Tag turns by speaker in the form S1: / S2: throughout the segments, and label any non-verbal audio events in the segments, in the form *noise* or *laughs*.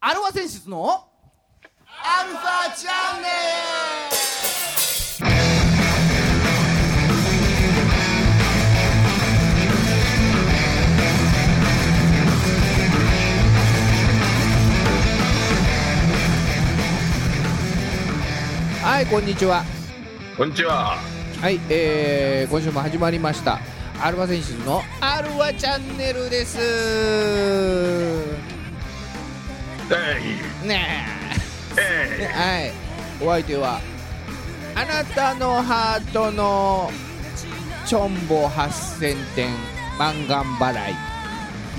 S1: アルファ選出のアルファチャンネルはいこんにちは
S2: こんにちは。
S1: はい、えー今週も始まりましたアルファ選出のアルファチャンネルです
S2: え
S1: ねえ
S2: い、え
S1: はい、お相手はあなたのハートのチョンボ8000点マンガン払い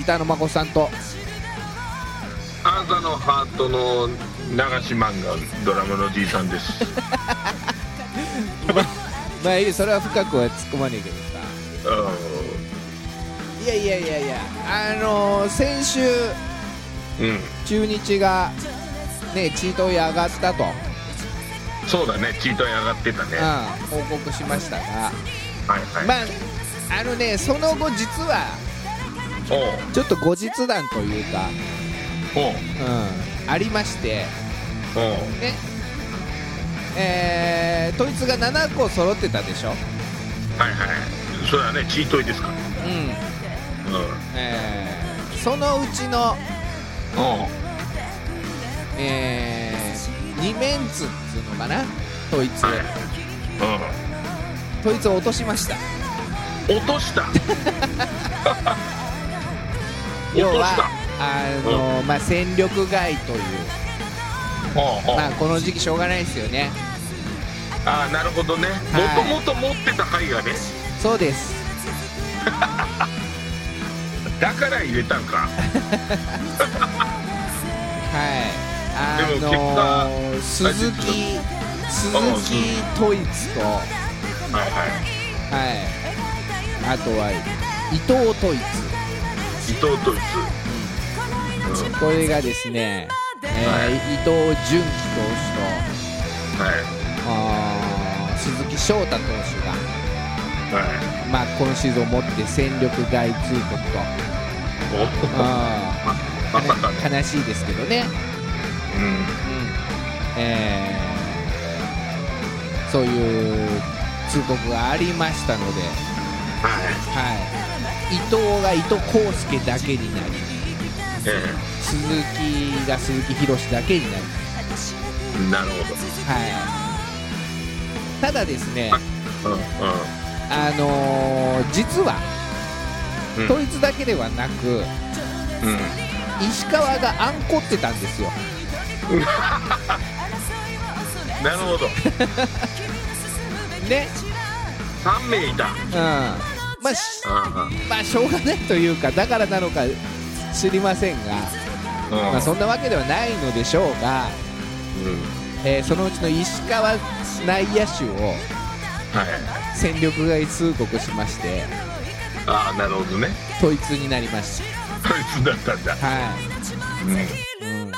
S1: 板野真子さんと
S2: い、あなたのハートの流し漫画ドラムのじいさ
S1: *laughs*
S2: んです。
S1: まあいいそれは深くは突っ込まねえけどさいやいやいやいやあのー先週
S2: うん、うん
S1: 中日がねチートイ上がったと、
S2: そうだね。チートに上がってたね。は
S1: うん報告しましたが
S2: いはい。
S1: まああのねその後実は
S2: おう
S1: ちょっと後日談というか、
S2: おう
S1: うん、ありまして
S2: おう
S1: ねえー、統一が7個揃ってたでしょ、
S2: はいはい。それはねチートイですから。
S1: うん
S2: うん。
S1: えーそのうちの、
S2: おう
S1: え2面ツっつうのかな統一
S2: はい。
S1: 統一を落としました
S2: うん。落
S1: *laughs*
S2: とした。落
S1: 要
S2: とし
S1: は
S2: た。
S1: あの、まあ、戦力外という、
S2: おうおう
S1: まあ、この時期しょうがないですよね
S2: ああなるほどね。
S1: はい
S2: もともと持ってた牌がね。
S1: そうです
S2: だから入れたんか。
S1: はいあ
S2: でも
S1: のー
S2: 果
S1: 鈴木鈴
S2: あ
S1: 木統一と、はい、
S2: はいはい。
S1: あとは伊藤統一
S2: 伊藤と一
S1: これがですね、えー
S2: はい
S1: 伊藤純喜投
S2: はい
S1: 手とあー鈴木翔太投手が、
S2: はい
S1: まあ、今シーズンをもって戦力外通告と
S2: お
S1: あ
S2: ま
S1: ー
S2: まさかね
S1: かな悲しいですけどね、
S2: うん
S1: うんえーそういう通告がありましたので、
S2: はい
S1: はい、伊藤が伊藤康介だけになり
S2: え
S1: 鈴木が鈴木宏だけになり
S2: えなるほ
S1: はい、ただですね、
S2: どうん
S1: あのー実は
S2: うん
S1: 統一だけではなく、
S2: うんうん
S1: 石川があんこってたんですよ、
S2: なるほど
S1: ね
S2: 三名いた
S1: うんまあ、し
S2: うんうん
S1: まあしょうがないというか、だからなのか知りませんが、まあ、そんなわけではないのでしょうが、
S2: うん
S1: えーそのうちの石川内野手を
S2: はい
S1: 戦力外通告しまして、
S2: ああなるほどね
S1: 統一になりまし
S2: こいつだったんだ
S1: た。はい
S2: う
S1: う
S2: ん
S1: ん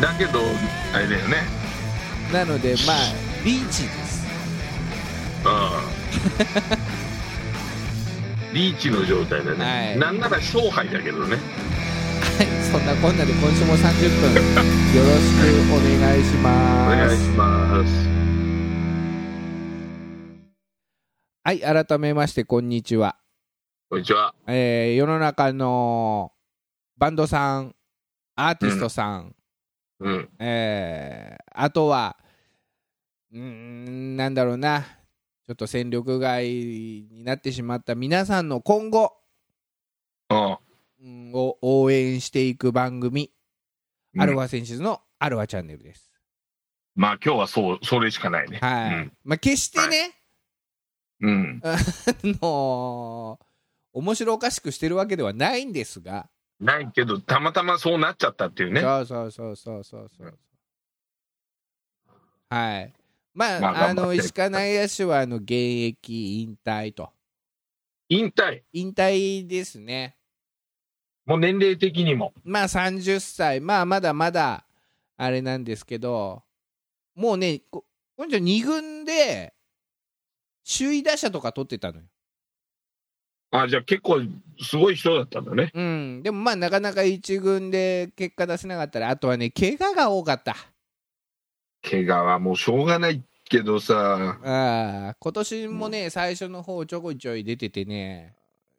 S2: だけどあれだよね
S1: なので、まあ、リーチです。
S2: *laughs* うんリーチの状態だね、
S1: はい
S2: なんなら勝敗だけどね
S1: はい、そんなこんなで今週も30分よろしくお願いし
S2: お
S1: ま
S2: 願いし
S1: す。
S2: ます
S1: はい、改めましてこんにちは。
S2: こんにちは
S1: えー世の中のバンドさん、アーティストさん、
S2: うん
S1: えーあとは、うーん、なんだろうな、ちょっと戦力外になってしまった皆さんの今後
S2: うん
S1: うんを応援していく番組、アルフ
S2: うん
S1: ァ選手のアルファチャンネルです。
S2: まあ今日はそうそれしかないね
S1: はい、
S2: うん
S1: まあ、決してね、
S2: うん
S1: あ *laughs* のー面白おかしくしてるわけではないんですが、
S2: ないけど、たまたまそうなっちゃったっていうね。
S1: そうそうそうそうそうそう。はい。まあ、
S2: ま
S1: あ、
S2: あ頑張っ
S1: の、
S2: て
S1: 石川内野手は、あの、現役引退と。
S2: 引退。
S1: 引退ですね。
S2: もう年齢的にも。
S1: まあ、30歳。まあ、まだまだ、あれなんですけど、もうね、こ今度2軍で、首位打者とか取ってたのよ。
S2: あじゃあ結構すごい人だったんだね
S1: うん、でもまあなかなか一軍で結果出せなかったらあとはね怪我が多かった
S2: 怪我はもうしょうがないけどさ
S1: ああ今年もね、最初の方ちょこちょい出ててね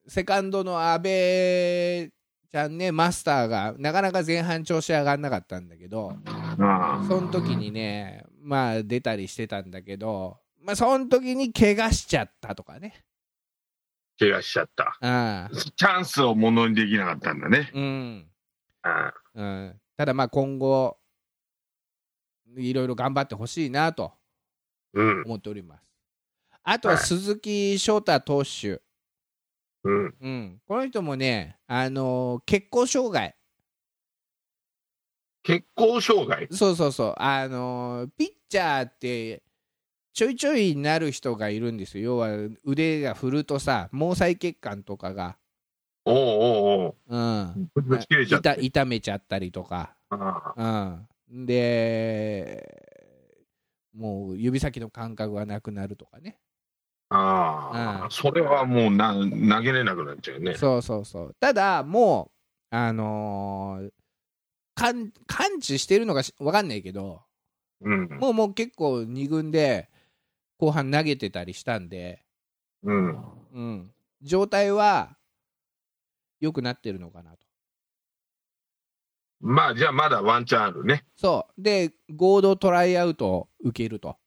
S1: セカンドの阿部ちゃんねマスターがなかなか前半調子上がんなかったんだけど
S2: あ
S1: その時にねまあ出たりしてたんだけどまあその時に怪我しちゃったとかね
S2: 怪我しちゃった
S1: ああ
S2: チャンスをものにできなかったんだね
S1: うん、
S2: あ
S1: うん、ただまあ今後いろいろ頑張ってほしいなと
S2: うん
S1: 思っております。あとは鈴木翔太投手、
S2: うん
S1: うん、この人もね、あのー血行障害、
S2: 血行障害
S1: そうそうそう、あのーピッチャーってちょいちょいなる人がいるんですよ、要は腕が振るとさ、毛細血管とかが、
S2: おうおうおう
S1: うん、
S2: ぶち切れちゃった
S1: 痛痛めちゃったりとか、
S2: あ
S1: うん、で、もう指先の感覚がなくなるとかね。
S2: あ
S1: うん
S2: あそれはもうな投げれなくなっちゃうね
S1: そうそうそう。ただ、もう、あのー完完治してるのかしわかんないけど、
S2: うん
S1: もうもう結構2軍で後半投げてたりしたんで、
S2: うん
S1: うん、状態は良くなってるのかなと。
S2: まあじゃあまだワンチャンあるね
S1: そう。で、合同トライアウトを受けると、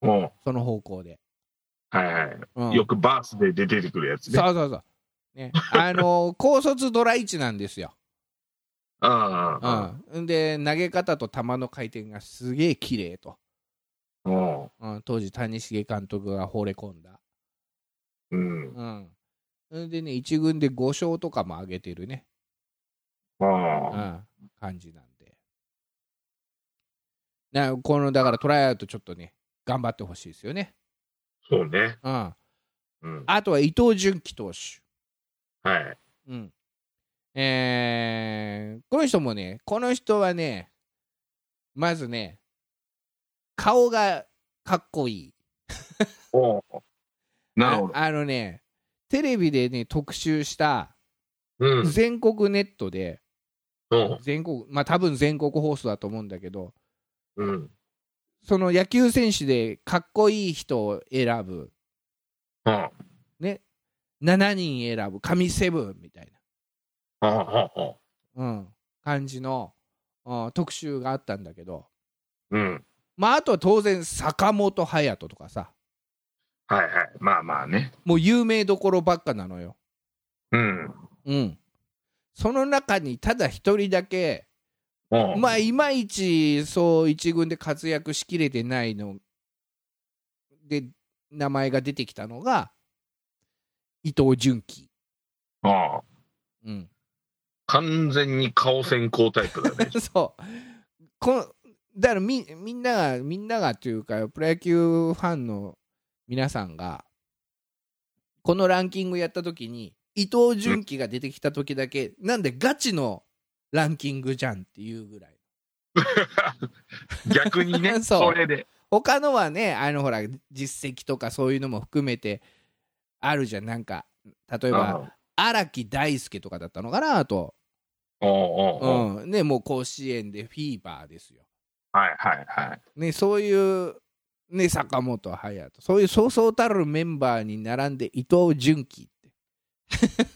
S2: おう
S1: その方向で。
S2: はいはい
S1: うん、
S2: よくバースデーで出てくるやつね。
S1: そうそうそう。ね、あのー高卒ドラ1なんですよ。
S2: あ
S1: うん、で、投げ方と球の回転がすげえ綺麗と。
S2: あ、うん
S1: うん、当時谷繁監督が惚れ込んだ、
S2: うん、
S1: うん、それでね一軍で5勝とかも上げてるね、う
S2: ああ、
S1: ん、感じなんでなこのだからトライアウトちょっとね頑張ってほしいですよね、
S2: そうね。
S1: うん、
S2: うん、
S1: あとは伊藤純喜投手、
S2: はい。
S1: うんえーこの人もねこの人はねまずね顔がかっこいい
S2: おうなるほど。
S1: ああのねテレビでね特集した
S2: うん、
S1: 全国ネットで
S2: うん、
S1: 全国まあ多分全国放送だと思うんだけど
S2: うん、
S1: その野球選手でかっこいい人を選ぶ
S2: あ
S1: ね7人選ぶ神セブンみたい
S2: あ、ああ、
S1: な、うん、感じの、うん特集があったんだけど
S2: うん、
S1: まああとは当然坂本勇人とかさ
S2: はいはい。まあまあね。
S1: もう有名どころばっかなのよ。
S2: うん、
S1: うんその中にただ一人だけ
S2: おう
S1: まあいまいちそう一軍で活躍しきれてないので名前が出てきたのが伊藤純喜、
S2: ああ、
S1: うん、。
S2: 完全に顔先行タイプだね *laughs*
S1: *laughs* そうこのだからみみんながみんながというかプロ野球ファンの皆さんがこのランキングやった時に伊藤純喜が出てきた時だけ、なんでガチのランキングじゃんっていうぐらい
S2: 逆にね、
S1: *laughs* そう
S2: それで。
S1: 他のはねあのほら実績とかそういうのも含めてあるじゃんなんか例えば
S2: あ
S1: 荒木大輔とかだったのかなあと、
S2: あ、おうおうおう
S1: うんね、もう甲子園でフィーバーですよ、
S2: はいはいはい。
S1: ね、そういう、ね、坂本勇人そういうそうそうたるメンバーに並んで伊藤純喜って、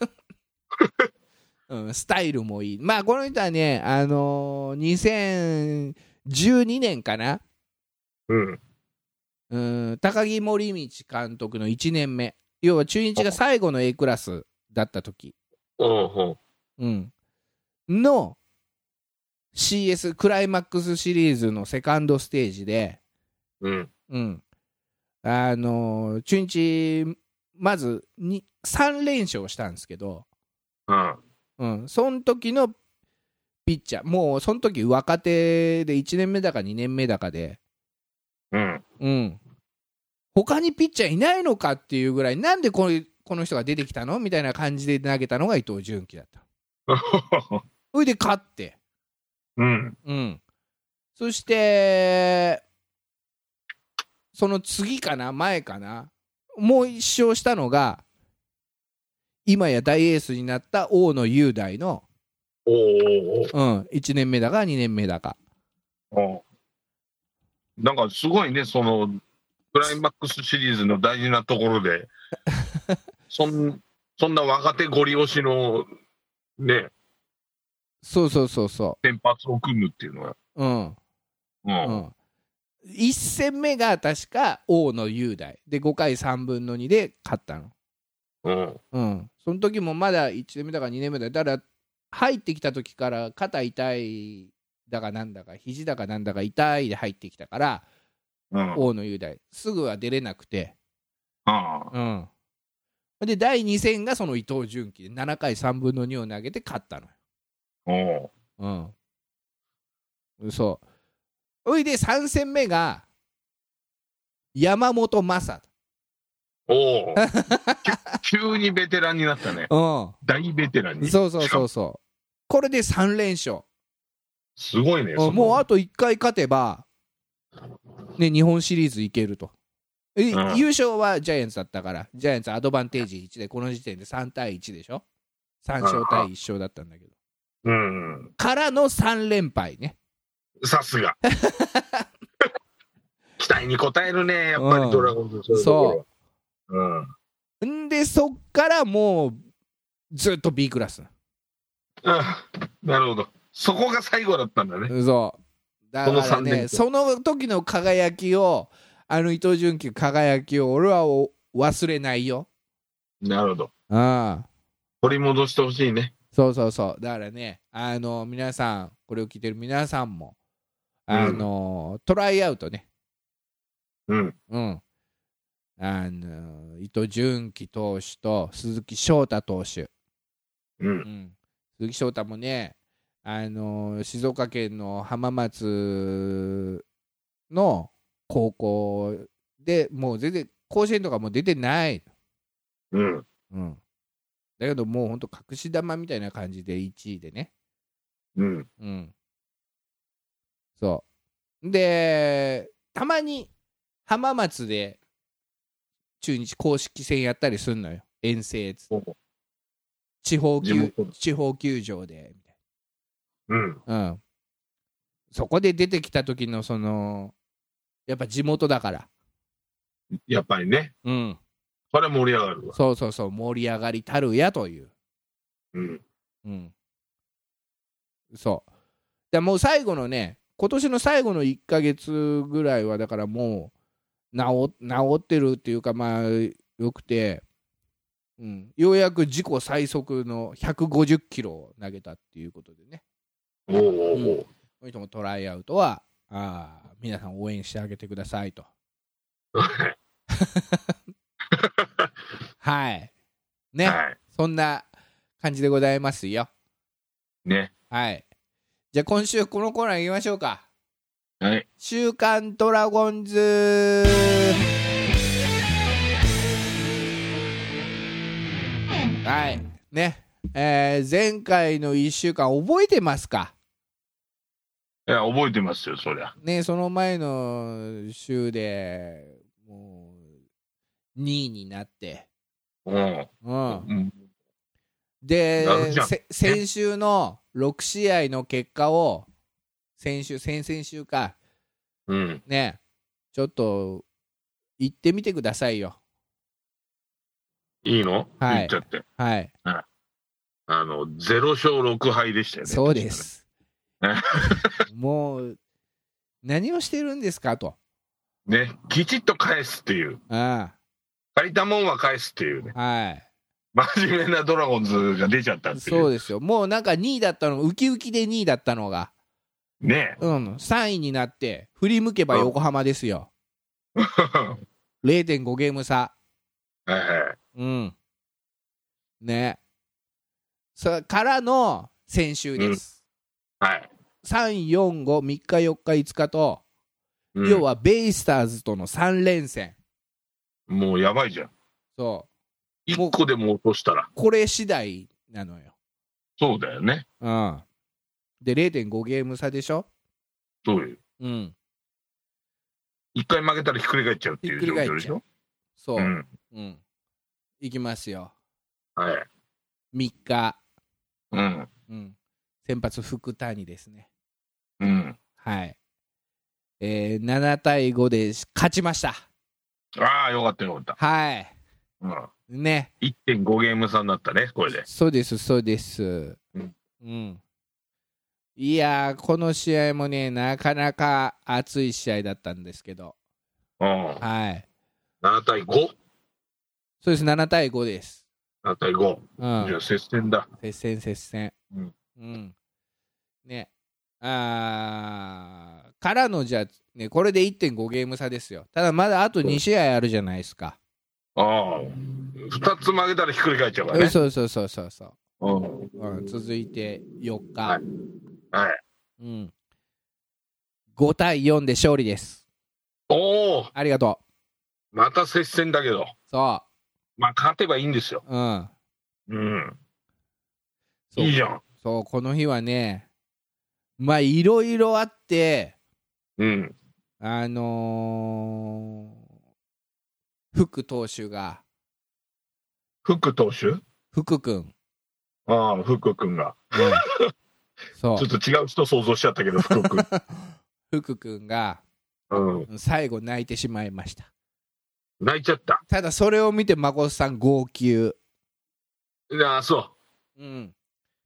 S1: うん、スタイルもいいまあこの人はねあのー2012年かな
S2: うん、
S1: うん高木森道監督の1年目要は中日が最後の A クラスだった時、
S2: おうおう
S1: うん、の CS クライマックスシリーズのセカンドステージで、
S2: うん、
S1: うん、あのー中日まずに3連勝したんですけど、
S2: うん、
S1: うん、その時のピッチャーもうその時若手で1年目だか2年目だかで、
S2: うん、
S1: うん、他にピッチャーいないのかっていうぐらいなんでこのこの人が出てきたのみたいな感じで投げたのが伊藤純喜だった。それで勝って、
S2: うん、
S1: うん、そしてその次かな前かなもう一勝したのが今や大エースになった大野雄大の、
S2: おーおー
S1: うん、1年目だか2年目だか
S2: おーなんかすごいねそのクライマックスシリーズの大事なとこ
S1: *laughs*
S2: ろでそんそんな若手ゴリ押しのね
S1: そうそうそうそ
S2: 先発を組むっていうのは、
S1: ううん
S2: う
S1: うんん1戦目が確か大野雄大で5回3分の2で勝ったの
S2: うん
S1: うんその時もまだ1年目だか2年目だかだから入ってきた時から肩痛いだかなんだか肘だかなんだか痛いで入ってきたから
S2: うんうん
S1: 大野雄大すぐは出れなくて
S2: あ
S1: うんで第2戦がその伊藤純喜で7回3分の2を投げて勝ったの
S2: ーお
S1: ようんそうおいで3戦目が山本昌
S2: ーおー *laughs* 急急にベテランになったね
S1: うん
S2: 大ベテランに
S1: そうそう
S2: しか
S1: そう
S2: も
S1: そうこれで3連勝
S2: すごいね
S1: う
S2: そ
S1: ん
S2: の
S1: もうあと1回勝てば、ね、日本シリーズいけると。え
S2: うん
S1: 優勝はジャイアンツだったから、ジャイアンツアドバンテージ1で、この時点で3対1でしょ、3勝対1勝だったんだけど、
S2: うんうん
S1: からの3連敗ね、
S2: さす
S1: *laughs*
S2: が。期待に応えるね、やっぱ
S1: うん
S2: りドラゴンズ、そういうところは。
S1: んで、そっからもうずっと B クラス、
S2: うん。あなるほど。そこが最後だったんだね。
S1: そう、だから
S2: この3連
S1: ね、
S2: 敗
S1: その時の輝きを、あの伊藤純喜の輝きを、俺はお忘れないよ。
S2: なるほど。
S1: ああ
S2: 取り戻してほしいね。
S1: そうそうそう。だからね、あの、皆さん、これを聞いてる皆さんも、あの、トライアウトね、
S2: うん。
S1: うん。あの、伊藤純喜投手と鈴木翔太投手。
S2: う。
S1: うんん。鈴木翔太もね、あの、静岡県の浜松の高校でもう全然、甲子園とかもう出てない。
S2: うん。
S1: うん。だけどもう本当隠し玉みたいな感じで1位でね。
S2: うん。
S1: うん。そう。で、たまに浜松で中日公式戦やったりすんのよ。遠征つ
S2: おう
S1: 地方
S2: 地
S1: 球
S2: 元の
S1: 地方球場でみたい
S2: うん。
S1: な。うん。そこで出てきた時のそのやっぱ地元だから。
S2: やっぱりね。
S1: うん。
S2: これは盛り上がるわ。
S1: そうそうそう盛り上がりたるやという。
S2: うん。
S1: うん。そう。でもう最後のね、今年の最後の1ヶ月ぐらいは、だからもう治、治ってるっていうか、まあ、よくて、うん、ようやく自己最速の150キロを投げたっていうことでね、
S2: おうおうおう
S1: この人もトライアウトは、ああ皆さん応援してあげてくださいと。はい。ね、
S2: *laughs* は
S1: そんな感じでございますよ。
S2: い。ね。
S1: はい。じゃあ今週このコーナー行きましょうか。
S2: はい。
S1: 週刊ドラゴンズはいねえー前回の1週間覚えてますか
S2: いや、覚えてますよ、そりゃ。
S1: ねその前の週でもう2位になって、
S2: うん。
S1: うん、
S2: うん
S1: で
S2: なるじゃん
S1: せ先週の6試合の結果を先週先々週か
S2: うん。
S1: ねちょっと行ってみてくださいよ
S2: いいの
S1: はい
S2: 言っちゃって。
S1: はい
S2: あの、0勝6敗でしたよね。
S1: そうで。す *laughs*
S2: ね。
S1: もう何をしてるんですかと。
S2: ね。きちっと返すっていう。
S1: あ
S2: 借りたもんは返すっていうね。
S1: あは
S2: 真面目なドラゴンズが出ちゃった
S1: い。
S2: ってい
S1: そう
S2: う。
S1: ですよ。もうなんか2位だったの、ウキウキで2位だったのが、
S2: ね *laughs*
S1: うん、3位になって、振り向けば横浜ですよ。
S2: え。
S1: 0.5ゲーム差。
S2: はいはい。
S1: うん。ね。そからの先週です。
S2: はい。
S1: 3、4、5、3日、4日、5日と、
S2: うん
S1: 要はベイスターズとの3連戦。
S2: もうやばいじゃん。
S1: そう。もう
S2: 一個でも落としたら。
S1: これ次第なのよ。
S2: そうだよね。
S1: うん、で0.5ゲーム差でしょ、
S2: そうよ。
S1: うん、
S2: 一回負けたらひっくり返っちゃうっていう状況でしょ。
S1: そう、
S2: う
S1: うん
S2: ん。
S1: いきますよ
S2: はい。
S1: 3日、
S2: うん。
S1: うん、先発福谷ですね。
S2: うん。
S1: はい。えー7対5で勝ちました。
S2: ああ、よかったよかった。
S1: はい。
S2: うん。
S1: ね。
S2: 1.5ゲーム差になったね、これで。
S1: そうです、そうです。
S2: うん
S1: うん。いやー、この試合もね、なかなか熱い試合だったんですけど、
S2: うん。
S1: はい。
S2: 7対5。
S1: そうです、7対5です。
S2: 7対5。
S1: う
S2: じゃ
S1: ん
S2: あ、。接戦だ。
S1: 接戦、接戦。
S2: うん。
S1: うん。ね。あーからのじゃあ、ね、これで1.5ゲーム差ですよ。ただ、まだあと2試合あるじゃないですか。
S2: ああ。2つ曲げたらひっくり返っちゃうから
S1: うん
S2: ね。
S1: そうそうそうそうそう。
S2: うん。
S1: うん、続いて4日、
S2: はいはい。
S1: うん、5対4で勝利です。
S2: おお、
S1: ありがと
S2: また接戦だけど。
S1: う。そ
S2: まあ、勝てばいいんですよ。
S1: う。うん。
S2: うん。
S1: そう
S2: いいじゃん。
S1: そう、この日はね、まあ、いろいろあって、
S2: うん。
S1: あのー、福投手が、
S2: 福投手
S1: 福くん。
S2: ああ、福君が。
S1: そう
S2: ちょっ。と違う人想像しちゃったけど、福君。
S1: 福くんが、
S2: うん。
S1: 最後泣いてしまいました。
S2: 泣いちゃった。
S1: ただ、それを見て、孫さん号泣。
S2: ああ、そ
S1: うん。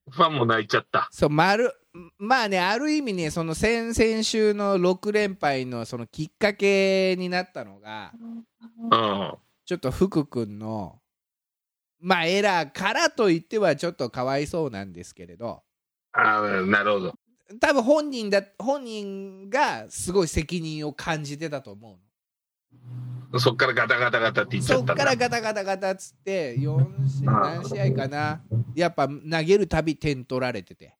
S2: う。ファンも泣いちゃった。
S1: そう、まる、まあね、ある意味ね、その先々週の6連敗のそのきっかけになったのが、
S2: うん。
S1: ちょっと福君の、まあエラーからといってはちょっとかわいそうなんですけれど、
S2: ああ、なるほど。
S1: 多分本人だ、本人がすごい責任を感じてたと思うの。
S2: そっからガタガタガタって言っちゃ
S1: そ
S2: っ
S1: った
S2: んだ
S1: からガタガタガタっつって、4試合、何試合かな、やっぱ投げるたび点取られてて、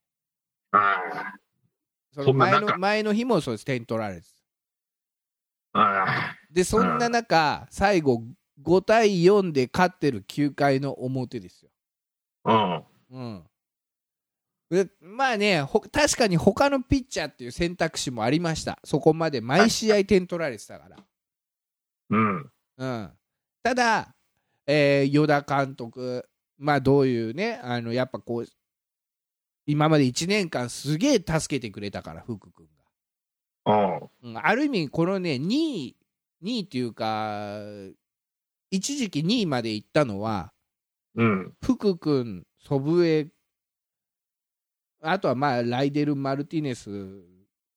S2: あ
S1: そ
S2: そ
S1: の
S2: んな
S1: 前
S2: 中
S1: の前の日もそうです、点取られてて。
S2: あ、あ
S1: でそんな中、最後5対4で勝ってる9回の表ですよ。
S2: あ、
S1: うん、でまあねほ確かに他のピッチャーっていう選択肢もありましたそこまで毎試合点取られてたから。
S2: うん。うん。
S1: うん、ただ、えー、与田監督、まあ、どういうねあのやっぱこう今まで1年間すげえ助けてくれたから福君が。
S2: う
S1: う
S2: ん。
S1: んある意味このね2位2位っていうか一時期2位まで行ったのは
S2: うん。
S1: 福君祖父江あとはまあライデル・マルティネス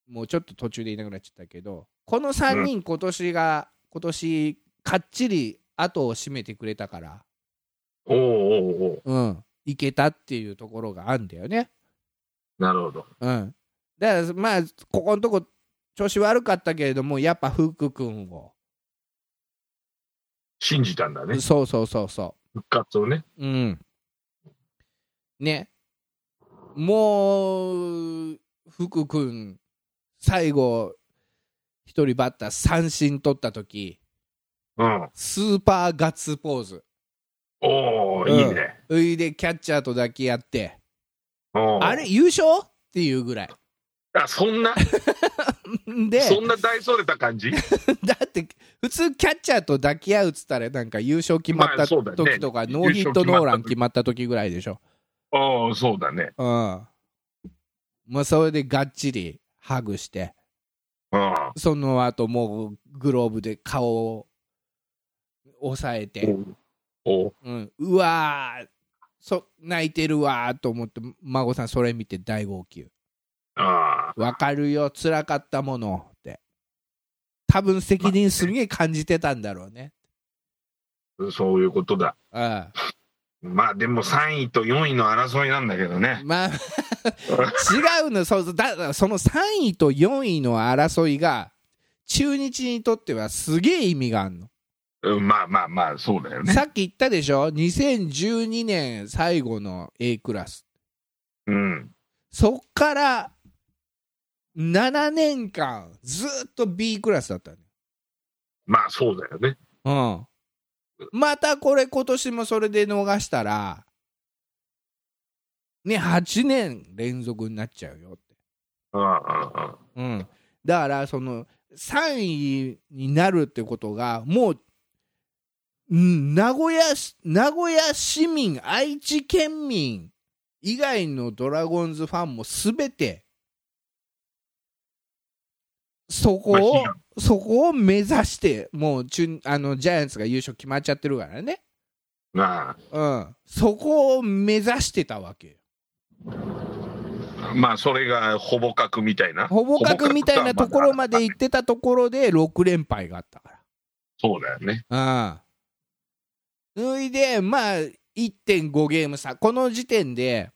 S1: もうちょっと途中でいなくなっちゃったけどこの3人今年が、今年かっちり後を締めてくれたから、
S2: おうおうおう
S1: うん、いけたっていうところがあるんだよね。
S2: なるほど。
S1: うん、だからまあここのとこ調子悪かったけれどもやっぱ福君を。
S2: 信じたんだね。
S1: そうそうそうそ
S2: 復活をね。
S1: う。うん。ね。もう、福君、最後、一人バッター三振取った時
S2: うん。
S1: スーパーガッツポーズ。
S2: おお、
S1: うん
S2: いいね。
S1: ういでキャッチャーと抱き合って、
S2: おう
S1: あれ、優勝っていうぐらい。 *laughs*
S2: あ、そんな、
S1: で、
S2: そんな大それた
S1: *laughs*
S2: 感じ
S1: だって、普通、キャッチャーと抱き合うっつったら、なんか優勝決まっ
S2: ま
S1: た
S2: あそうだね
S1: 時とか、
S2: 優
S1: ノ
S2: 勝
S1: ーヒットノーラン
S2: 決
S1: 決まった時ぐらいでしょ。
S2: おお、そうだね。
S1: うん。まあ、それでがっちりハグして。
S2: うん。
S1: その後もうグローブで顔を押さえて、
S2: おう
S1: うん、うわーそ泣いてるわーと思って孫さんそれ見て大号泣
S2: ああ、
S1: わかるよ辛かったものって多分責任すげえ感じてたんだろうね
S2: そういうことだ。
S1: ああ
S2: まあでも3位と4位の争いなんだけどね。
S1: まあ違うのそうそうだだその3位と4位の争いが中日にとってはすげえ意味があるの
S2: うん、まあまあまあ、そうだよね。
S1: さっき言ったでしょ2012年最後の A クラス
S2: うん。
S1: そっから7年間ずっと B クラスだった
S2: まあそうだよね。
S1: の、うん、またこれ今年もそれで逃したらね8年連続になっちゃうよって、
S2: うんうんうん。
S1: うん、だからその3位になるってことがもううん名古屋市名古屋市民愛知県民以外のドラゴンズファンも全てそこ
S2: まあ悲
S1: を
S2: 願
S1: そこを目指してもうチュンあのジャイアンツが優勝決まっちゃってるからね、
S2: ま
S1: うん、そこを目指してたわけよ
S2: あ、まあそれがほぼ角みたいな
S1: ほぼ角みたいなところまで
S2: い
S1: 行ってたところで6連敗があったから
S2: そうだよね
S1: ああそいで、まあ、1.5ゲーム差、この時点で、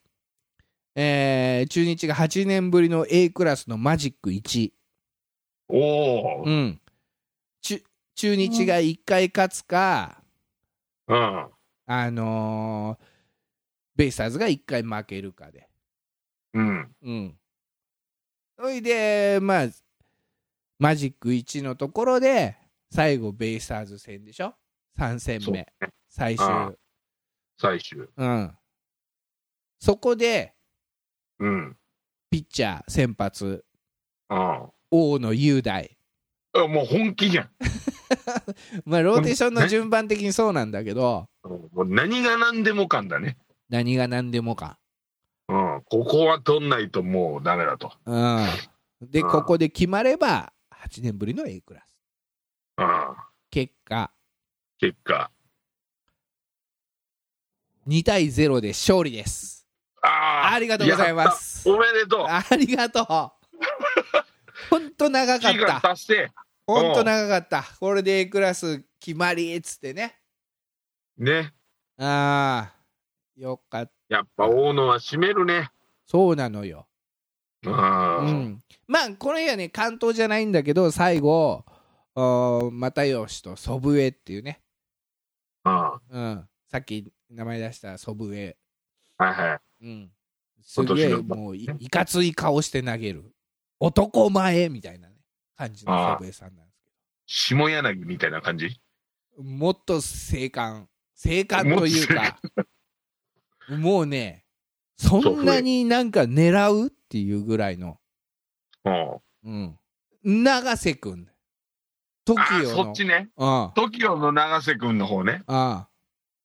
S1: えー中日が8年ぶりの A クラスのマジック1、
S2: おお
S1: う、ん、中中日が1回勝つか、
S2: うん、
S1: あのーベイスターズが1回負けるかで。
S2: うん、
S1: うん、そいで、まあ、マジック1のところで、最後、ベイスターズ戦でしょ、3戦
S2: そう
S1: 目、最終。
S2: ああ最終
S1: うん、そこで
S2: うん
S1: ピッチャー先発
S2: あ
S1: 大野雄大、
S2: あもう本気じゃん
S1: まあ、ローテーションの順番的にそうなんだけど
S2: もう何が何でもかんだね、
S1: 何が何でもか、
S2: うん、ここは取んないともうダメだと、
S1: うん、で
S2: うん
S1: ここで決まれば8年ぶりの A クラス
S2: うん、
S1: 結果
S2: 結果
S1: 2対0で勝利です
S2: ああ
S1: ありがとうございま
S2: やっ
S1: す
S2: たおめでとう
S1: ありがとうほんと長かっ
S2: 1が
S1: た
S2: 達成
S1: ほんと長かったこれで A クラス決まりっつってね
S2: ね
S1: ああよかった
S2: やっぱ大野は締めるね
S1: そうなのよ
S2: うん、
S1: うん、まあこの日はね関東じゃないんだけど最後あー又吉と祖父江っていうね、
S2: うん
S1: うん、さっき名前出した祖父江、
S2: はいはい。
S1: うん、すげえ
S2: 今年の
S1: もういいかつい顔して投げる男前みたいな、ね、感じの祖父江さんなんです
S2: 下柳みたいな感じ
S1: けどもっと精悍精悍というかもうねそんなになんか狙うっていうぐらいの、
S2: うん。
S1: うん、永瀬君
S2: あ
S1: TOKIO
S2: ー
S1: の
S2: そっちね。
S1: うん、
S2: TOKIO の永瀬君の方ね。
S1: あ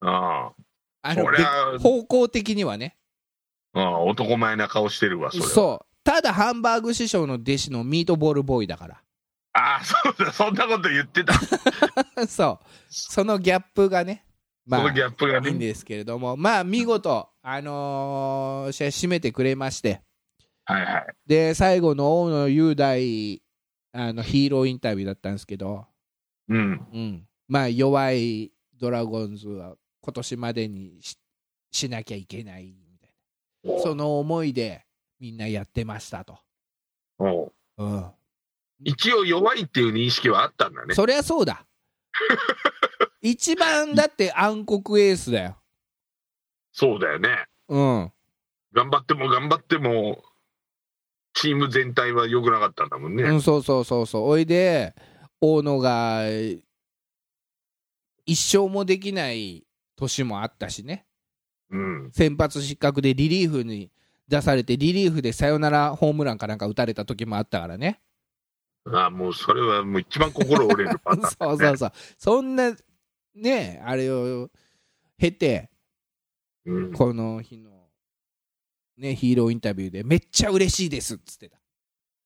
S2: うん。
S1: ああの
S2: そりゃ
S1: べ方向的にはね
S2: うん、男前な顔してるわ、それ
S1: そう
S2: は。
S1: ただハンバーグ師匠の弟子のミートボールボーイだから *laughs*
S2: ああ、そうだ、そんなこと言ってた。
S1: そうそのギャップがねま
S2: そ
S1: あ
S2: のギャップ
S1: い
S2: が
S1: いん
S2: ね。
S1: ですけれどもまあ見事あのー試合締めてくれまして
S2: はいはい。
S1: で最後の大野雄大あのヒーローインタビューだったんですけど、
S2: うん。
S1: うん、まあ弱いドラゴンズは今年までにししなきゃいけないみたいなその思いでみんなやってましたと。
S2: おう
S1: うん
S2: 一応弱いっていう認識はあったんだね。
S1: そりゃそう
S2: *laughs*
S1: だ一番だって暗黒エースだよ
S2: そうだよね。
S1: うん
S2: 頑張っても頑張っても、チーム全体は良くなかったんだもんね。
S1: うんそうそうそうそうおいで大野が一生もできない年もあったしね
S2: うん。
S1: 先発失格でリリーフに出されてリリーフでサヨナラホームランかなんか打たれた時もあったからね。
S2: ああ、もうそれはもう一番心折れるパターン、ね
S1: *laughs* そうそうそうそんなねあれを経て
S2: うん。
S1: この日の、ね、ヒーローインタビューでめっちゃ嬉しいですっつってた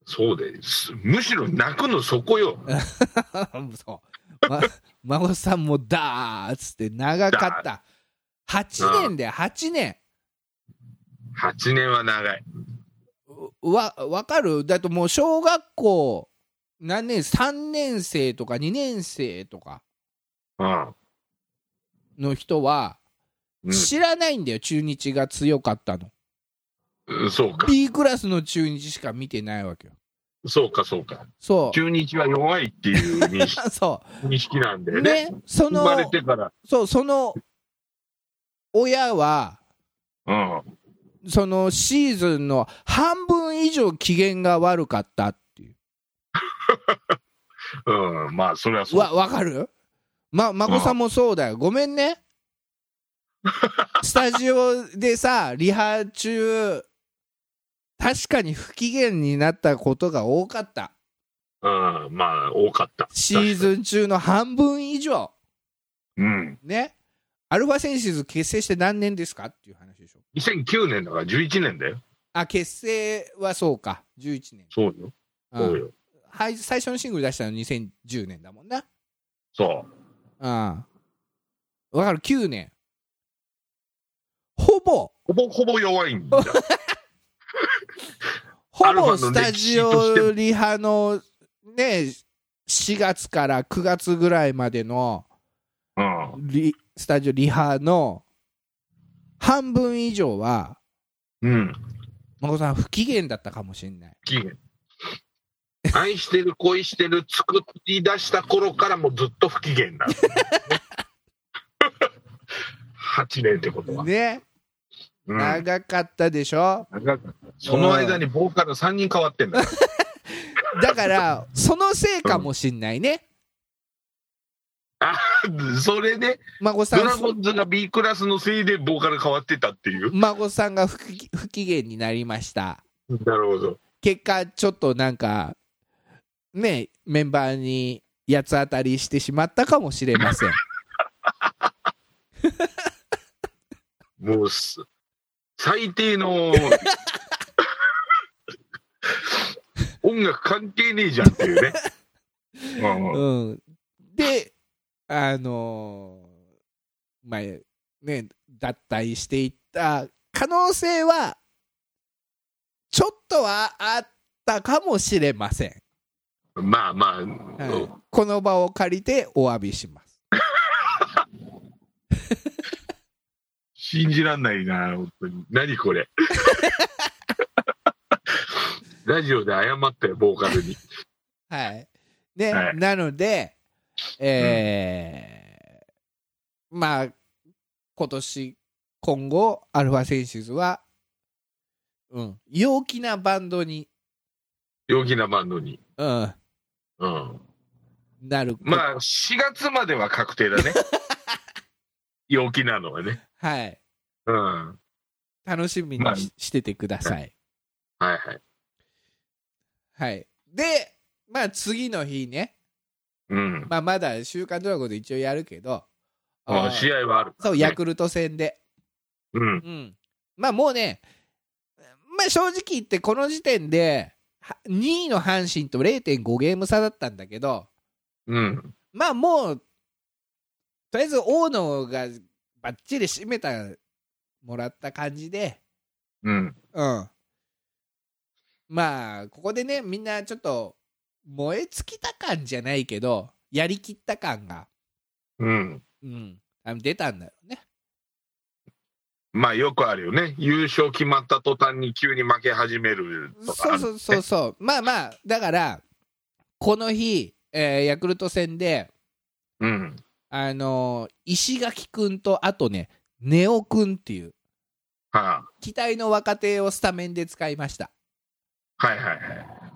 S2: そうです。むしろ泣くのそこよ。 *laughs*
S1: そう、ま、孫さんもだーっつって長かった8年で8年
S2: 8年は長い。
S1: わわかるだともう小学校何年3年生とか2年生とか
S2: うん。
S1: の人は知らないんだよ、中日が強かったの
S2: うん、そうか、
S1: B クラスの中日しか見てないわけよ
S2: そうか、そうか。
S1: そ
S2: 中日は弱いっていう認識
S1: う *laughs* そ
S2: 認識なんだ
S1: う
S2: よ
S1: ね
S2: ね。
S1: そ
S2: 生まれ
S1: の
S2: てから。
S1: そうその親は
S2: うん。
S1: そのシーズンの半分以上機嫌が悪かったっていう
S2: うん、まあ、それはそう。
S1: わわかるま孫さんもそうだよごめん
S2: *laughs*
S1: ねスタジオでさリハ中確かに不機嫌になったことが多かった
S2: うん、まあ、多かった。
S1: シーズン中の半分以上
S2: うん。
S1: ねアルファセンシズ結成して何年ですかっていう話でしょ
S2: 2009年だから11年だよ。
S1: あ結成はそうか11年
S2: そうよ。
S1: うん
S2: そうよ。
S1: はい最初のシングル出したの2010年だもんな
S2: そ
S1: うんわかる9年ほぼ
S2: う。ほぼほぼ弱いん
S1: *laughs*
S2: だ。
S1: ほ
S2: アルファ
S1: ぼ
S2: の
S1: スタジオリハのね4月から9月ぐらいまでの
S2: うん。
S1: リスタジオリハの半分以上は
S2: うん。
S1: 誠さん不機嫌だったかもしれない
S2: 期限。愛してる、恋してる、作り出した頃からもうずっと不機嫌
S1: *laughs*
S2: *laughs* だ。8年ってことは。
S1: ね
S2: うん、
S1: 長かったでしょ
S2: 長くその間にボーカル3人変わってんだよ。
S1: だからそのせいかもしんないね
S2: それで、
S1: 孫さ
S2: ド
S1: ん
S2: ラゴンズが B クラスのせいでボーカル変わってたっていう。
S1: 孫さんが不機不機嫌になりました
S2: なるほど。
S1: 結果ちょっとなんかねメンバーに八つ当たりしてしまったかもしれません
S2: もうす、最低の、音楽関係ねえじゃんっていうね。うんうん
S1: うんであのーまあね脱退していった可能性はちょっとはあったかもしれません、
S2: まあまあ、
S1: はいこの場を借りてお詫びします
S2: 信じらんないな、本当に。何これ。ラジオで謝ったよ、ボーカルに。
S1: はい。ね、
S2: はい
S1: なので、えーまあ、今年、今後、アルファセンシズは、うん、陽気なバンドに、
S2: 陽気なバンドに。
S1: うん、
S2: うん。
S1: なる。
S2: まあ、4月までは確
S1: *laughs*
S2: 定だね。陽気なのはね。
S1: はい。
S2: うん。は
S1: 楽しみにし,、
S2: まあ
S1: しててください。
S2: いはい。
S1: はい。で、まあ、次の日ね、
S2: うん。
S1: まあ、まだ週刊ドラゴンで一応やるけど、
S2: あ
S1: あー
S2: 試合はあるから
S1: そう、
S2: ね、
S1: ヤクルト戦で。
S2: うん。
S1: うん、まあもうね、まあ、正直言ってこの時点では2位の阪神と0.5ゲーム差だったんだけど
S2: うん。
S1: まあもうとりあえず大野がばっちり締めたもらった感じで、
S2: うん。
S1: うん、まあここでねみんなちょっと燃え尽きた感じゃないけどやりきった感が、
S2: うん。
S1: うん、あの出たんだよね。
S2: まあ、よくあるよね。優勝決まった途端に急に負け始めるとかあ
S1: そう
S2: る。
S1: そうそうそう、まあまあ、だから、この日、えーヤクルト戦で、
S2: うん。
S1: あのー石垣君と、あとね、ネオ君っていう、
S2: は
S1: 期待の若手をスタメンで使いました。
S2: あ、はいはいはい。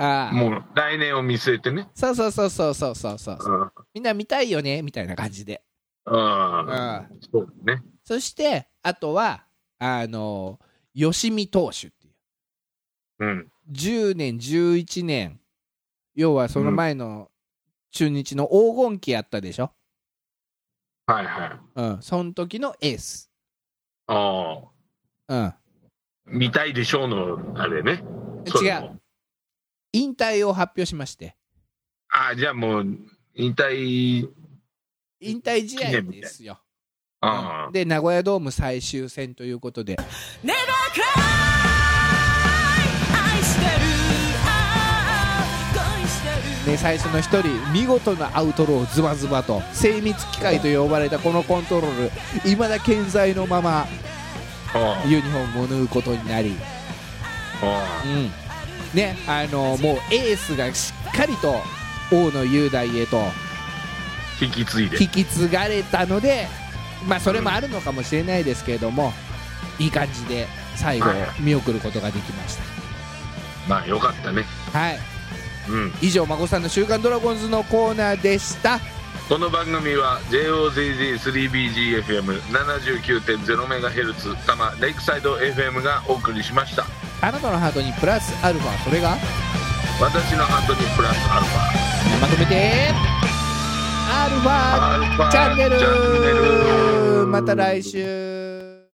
S1: ああ
S2: もう、来年を見据えてね。
S1: そうそうそうそうそうそうそう、
S2: うん。
S1: みんな見たいよねみたいな感じで。
S2: ああ、そうね。
S1: そして、あとは、あのー吉見投手っていう、
S2: うん。
S1: 10年、11年、要はその前の中日の黄金期やったでしょ、
S2: はいはい。あ
S1: うん、その時のエース。
S2: あ、
S1: うん、
S2: 見たいでしょうの、あれね。そ
S1: 違
S2: れも
S1: う。引退を発表しまして
S2: ああ、じゃあもう、引退、
S1: 引退試合ですよ、
S2: ああ、
S1: で名古屋ドーム最終戦ということで
S3: Never cry 愛してるああ恋してる
S1: ね、最初の1人見事なアウトローズバズバと精密機械と呼ばれたこのコントロールいまだ健在のまま
S2: あ
S1: ユニフォームを縫うことになり、
S2: あ、あ
S1: うんねあのもうエースがしっかりと大野雄大へと
S2: あ、引き継いで。
S1: 引き継がれたので、まあ、それもあるのかもしれないですけれどもいい感じで最後見送ることができました。
S2: まあ、よかったね。
S1: はい、
S2: うん。
S1: 以上孫さんの「週刊ドラゴンズ」のコーナーでした
S2: この番組は JOZZ3BGFM79.0MHz 多摩レイクサイド FM がお送りしました
S1: あなたのハートにプラスアルファそれが
S2: 私のハートにプラスアルファ
S1: まとめてアアルファ
S2: アルファ
S1: チャンネ
S2: チャンネル
S1: ルまた来週